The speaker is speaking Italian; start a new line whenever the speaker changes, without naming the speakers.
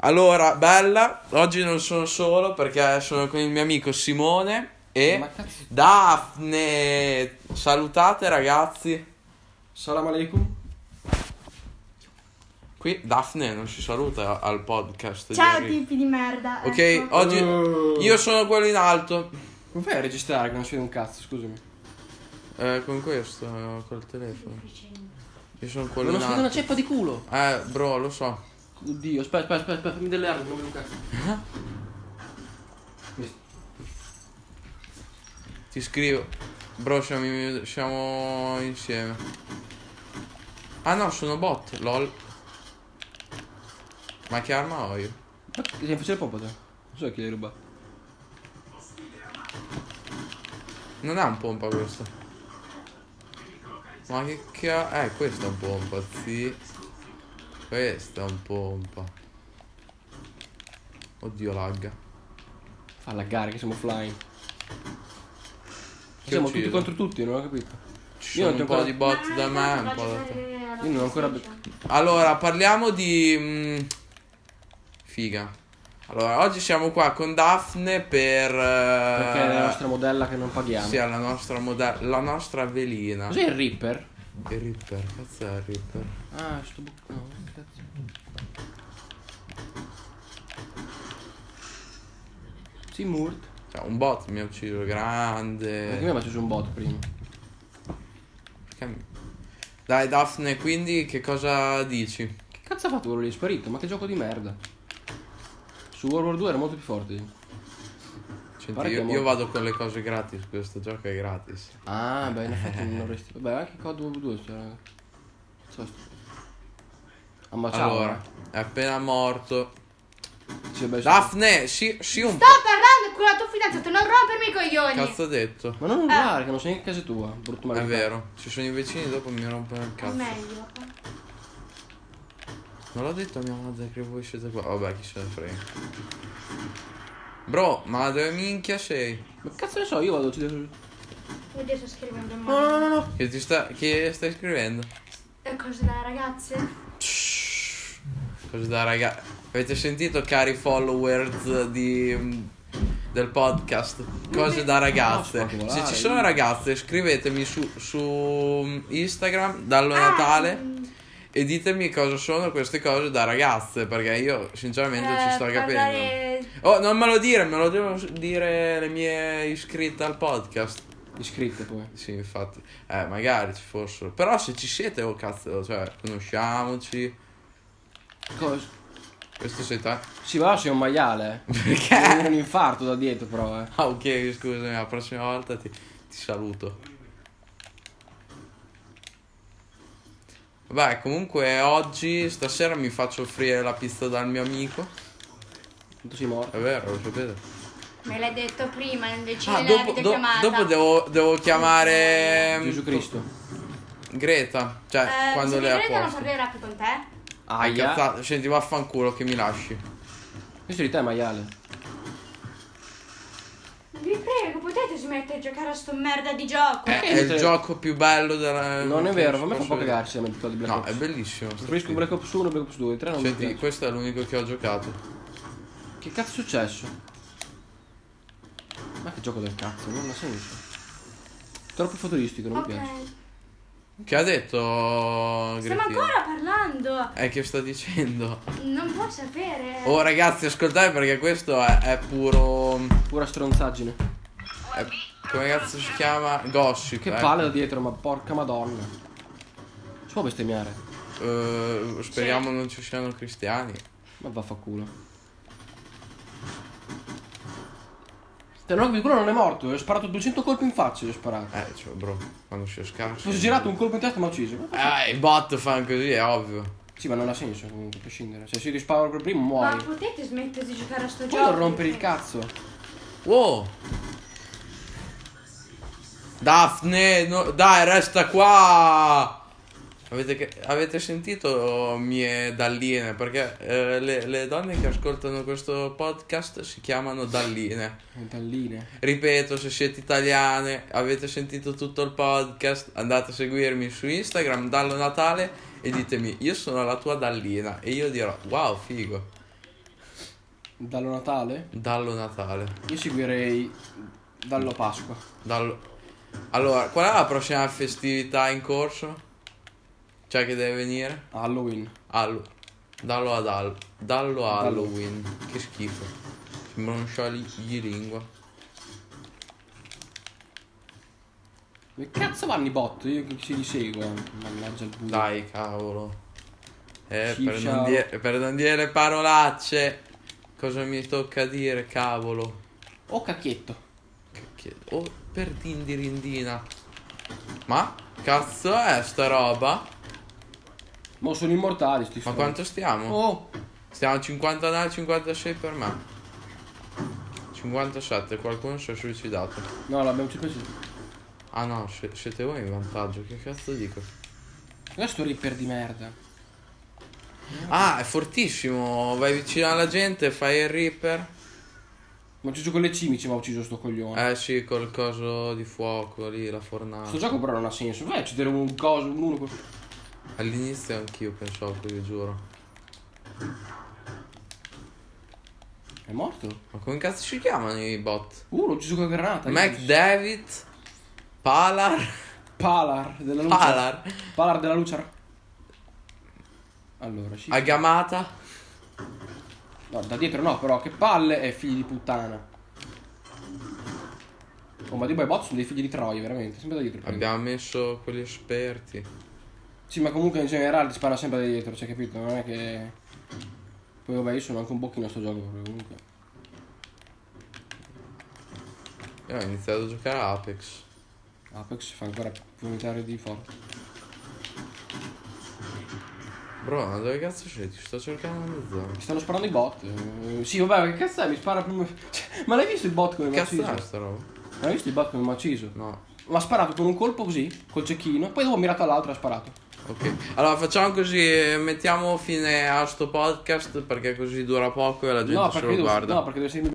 Allora, bella, oggi non sono solo perché sono con il mio amico Simone e
Ma cazzo.
Daphne. Salutate ragazzi.
Salam alaikum.
Qui Daphne non si saluta al podcast.
Ciao
Jerry.
tipi di merda.
Ok,
ecco.
oggi
Oh.
io sono quello in alto.
Come fai a registrare che non si vede un cazzo, scusami?
Eh, con questo, eh, col telefono. Io sono quello
Non ho
in
sentito una
alto.
ceppa di culo.
Eh, bro, lo so.
Oddio, aspetta, aspetta, aspetta, aspetta, fammi delle armi, non vedo un cazzo. Mi-
Ti scrivo. Bro, siamo, in- siamo insieme. Ah no, sono bot, lol. Ma che arma ho io?
Ma che Devi facendo il popo te? Non so chi l'hai rubato.
Non ha un pompa questo. Ma che cazzo. Eh, questo è un pompa, sì. Questo è un pompa. Oddio, lagga.
Fa laggare che siamo offline.
Chi
Siamo
uccide?
tutti contro tutti, non ho capito.
Ci
Io
sono
non
un
ti ho
po'
ancora-
di bot da me, un po' da te.
Io
Io non ho ancora
Allora, parliamo di... mm, figa. Allora, oggi siamo qua con Daphne per... eh,
Perché è la nostra modella che non paghiamo.
Sì, alla nostra moda- la nostra velina.
Cos'è il Reaper?
Il Ripper, cazzo è il Ripper?
Ah, sto bu- no, che cazzo. Sì, Murt.
Cioè, un bot mi ha ucciso,
Perché
grande.
mi ha ucciso un bot prima?
Perché mi- Dai Daphne, quindi che cosa dici?
Che cazzo ha fatto quello lì? È sparito, ma che gioco di merda. Su World War 2 era molto più forte. io.
Senti,
Pare che
io,
è
io
morto.
vado con le cose gratis, questo gioco è gratis.
Ah, beh, in effetti non avresti. Beh, anche COD World cioè, 2 c'era. Non so. Ah, Ammazzato.
Allora, è appena morto.
Sì, Cioè, beh, sì.
Daphne, sì, sì un po'.
Sto parlando con la tua fidanzata, non rompermi i coglioni.
Cazzo ho detto?
Ma non urlare, che non sei in casa tua, brutto
È
maleducato.
vero, ci sono i vicini dopo mi rompono il
È
cazzo.
meglio.
Non l'ho detto a mia madre che voi siete qua. Vabbè, chi se ne frega. Bro, ma dove minchia sei?
Ma che cazzo ne so, io vado a uccidere. No,
Oddio, sto
Ah.
scrivendo in
no, no,
mano.
no, no.
Che ti sta. Che stai scrivendo?
E cose da ragazze?
Shhh. Cosa da raga. Avete sentito cari followers di. del podcast? Cose da ragazze.
No,
Se ci sono ragazze, scrivetemi su, su Instagram, dallo
Ah,
Natale.
mm,
E ditemi cosa sono queste cose da ragazze, perché io sinceramente
eh,
ci sto capendo.
parlare-
Oh, non me lo dire, me lo devono dire le mie iscritte al podcast.
Iscritte poi.
Sì, infatti. Eh, magari ci fossero. Però se ci siete, oh cazzo, cioè, conosciamoci.
Cosa?
Questo sei te.
Sì, ma sei un maiale. eh. Mi
Perché?
viene un infarto da dietro, però, eh.
Ah, ok, scusami, la prossima volta ti, ti saluto. Vabbè, comunque oggi, stasera mi faccio offrire la pizza dal mio amico.
Tanto sei morto.
È vero, lo sapete.
Me l'hai detto prima, non decidi
Ah,
nella
dopo, do-
videochiamata.
dopo devo, devo chiamare
Gesù Cristo.
Greta, cioè
Eh,
quando
se
lei è a
Greta non
posto.
parlerà più con te?
Ah,
Aia.
Incazzata. Senti, vaffanculo che mi lasci.
Questo di te è maiale.
Vi prego, potete smettere di giocare a sto merda di gioco?
È,
Perché
il
dice-
gioco più bello della...
Non è vero, a me fa un
posso
po'
vedere.
cagarci la mentita di Black
No,
Ops.
è bellissimo. sta
Preferisco
schifo.
Black Ops 1, Black Ops 2, 3 non mi
Senti,
piace.
questo è l'unico che ho giocato.
Che cazzo è successo? Ma che gioco del cazzo, non ha senso. Troppo futuristico, non
ok.
mi piace.
Che ha detto
Stiamo
Gretina?
ancora Eh. parlando.
È che sta dicendo.
Non può sapere.
Oh ragazzi, ascoltate perché questo è, è puro.
Pura stronzaggine.
è- come cazzo si chiama? Gossip.
Che
ecco.
palle da dietro, ma porca madonna. Si può bestemmiare?
Eh, speriamo non ci siano cristiani.
Ma vaffanculo. Te no, il culo non è morto, gli ho sparato 200 colpi in faccia, gli ho sparato.
Eh, cioè, bro, quando si è scarso.
Mi sono girato un colpo in testa e mi ha ucciso.
Eh, i bot fanno così, è ovvio.
Sì, ma non ha senso comunque, a prescindere. Se si rispara per primo
Ma
muori.
potete smettere di giocare a sto
Poi
gioco?
non rompere il cazzo.
Wow! Daphne, no- dai, resta qua! Avete, che- avete sentito oh, mie dalline? Perché eh, le, le donne che ascoltano questo podcast si chiamano dalline.
Metalline.
Ripeto, se siete italiane, avete sentito tutto il podcast, andate a seguirmi su Instagram, dallo Natale e ditemi, io sono la tua dallina e io dirò, wow, figo.
Dallo Natale?
Dallo Natale.
Io seguirei dallo Pasqua.
Dallo- Allora, qual è la prossima festività in corso? Cioè che deve venire?
Halloween.
Allo- dallo ad al- dallo a
Dallo.
Halloween. Che schifo. Sembra un sciogli di lingua.
Dove cazzo vanno i bot? Io che ci li seguo. Mannaggia il buio.
Dai, cavolo. Eh,
Sì,
per, non
ciao.
dire, per non dire parolacce. Cosa mi tocca dire, cavolo?
Oh cacchietto.
Che... Oh, per dindirindina. Ma? Cazzo è sta roba?
Ma sono immortali sti
Ma
stronzi.
quanto stiamo?
Oh!
Stiamo 59, 56 per me. 57, qualcuno si è suicidato.
No, l'abbiamo circa preso.
Ah no, se- siete voi in vantaggio, che cazzo dico?
Cos'è sto ripper di merda?
Ah, è fortissimo, vai vicino alla gente, fai il ripper.
Ma ho ucciso con le cimici, ma ho ucciso sto coglione.
Eh sì, col coso di fuoco lì, la
Sto
fornace.
gioco però non ha senso. Vai a uccidere un coso, un uno. co-
All'inizio anch'io pensavo così, giuro.
È morto?
Ma come cazzo si chiamano i bot?
Uh, l'ho ucciso con la granata.
McDavid, Palar,
Palar della luce.
Palar,
Palar della luce. Allora, sì.
Agamata.
No, da dietro no, però che palle è figli di puttana. Oh, ma dei boy bot sono dei figli di troia, veramente. Sempre da dietro. prendono.
Abbiamo messo quelli esperti.
Sì, ma comunque in generale ti spara sempre da dietro, cioè capito? Non è che. Poi vabbè, io sono anche un bocchino a sto gioco, proprio, comunque.
Io ho iniziato a giocare a Apex.
Apex si fa ancora vomitare di forte.
Bro, ma dove cazzo sei? Ti sto cercando da zona.
Mi stanno sparando i bot. eh, sì, vabbè, che cazzo è? Mi spara prima. Cioè, ma l'hai visto il bot come mi ha
Cazzo
ucciso?
è sta roba?
Ma l'hai visto il bot come mi ha ucciso?
No.
Mi ha sparato con un colpo così, col cecchino, poi dopo ha mirato all'altro e ha sparato.
Ok, allora facciamo così, eh, mettiamo fine a sto podcast perché così dura poco e la gente
No,
se
perché
lo
io devo,
guarda.
no, perché devo seguirmi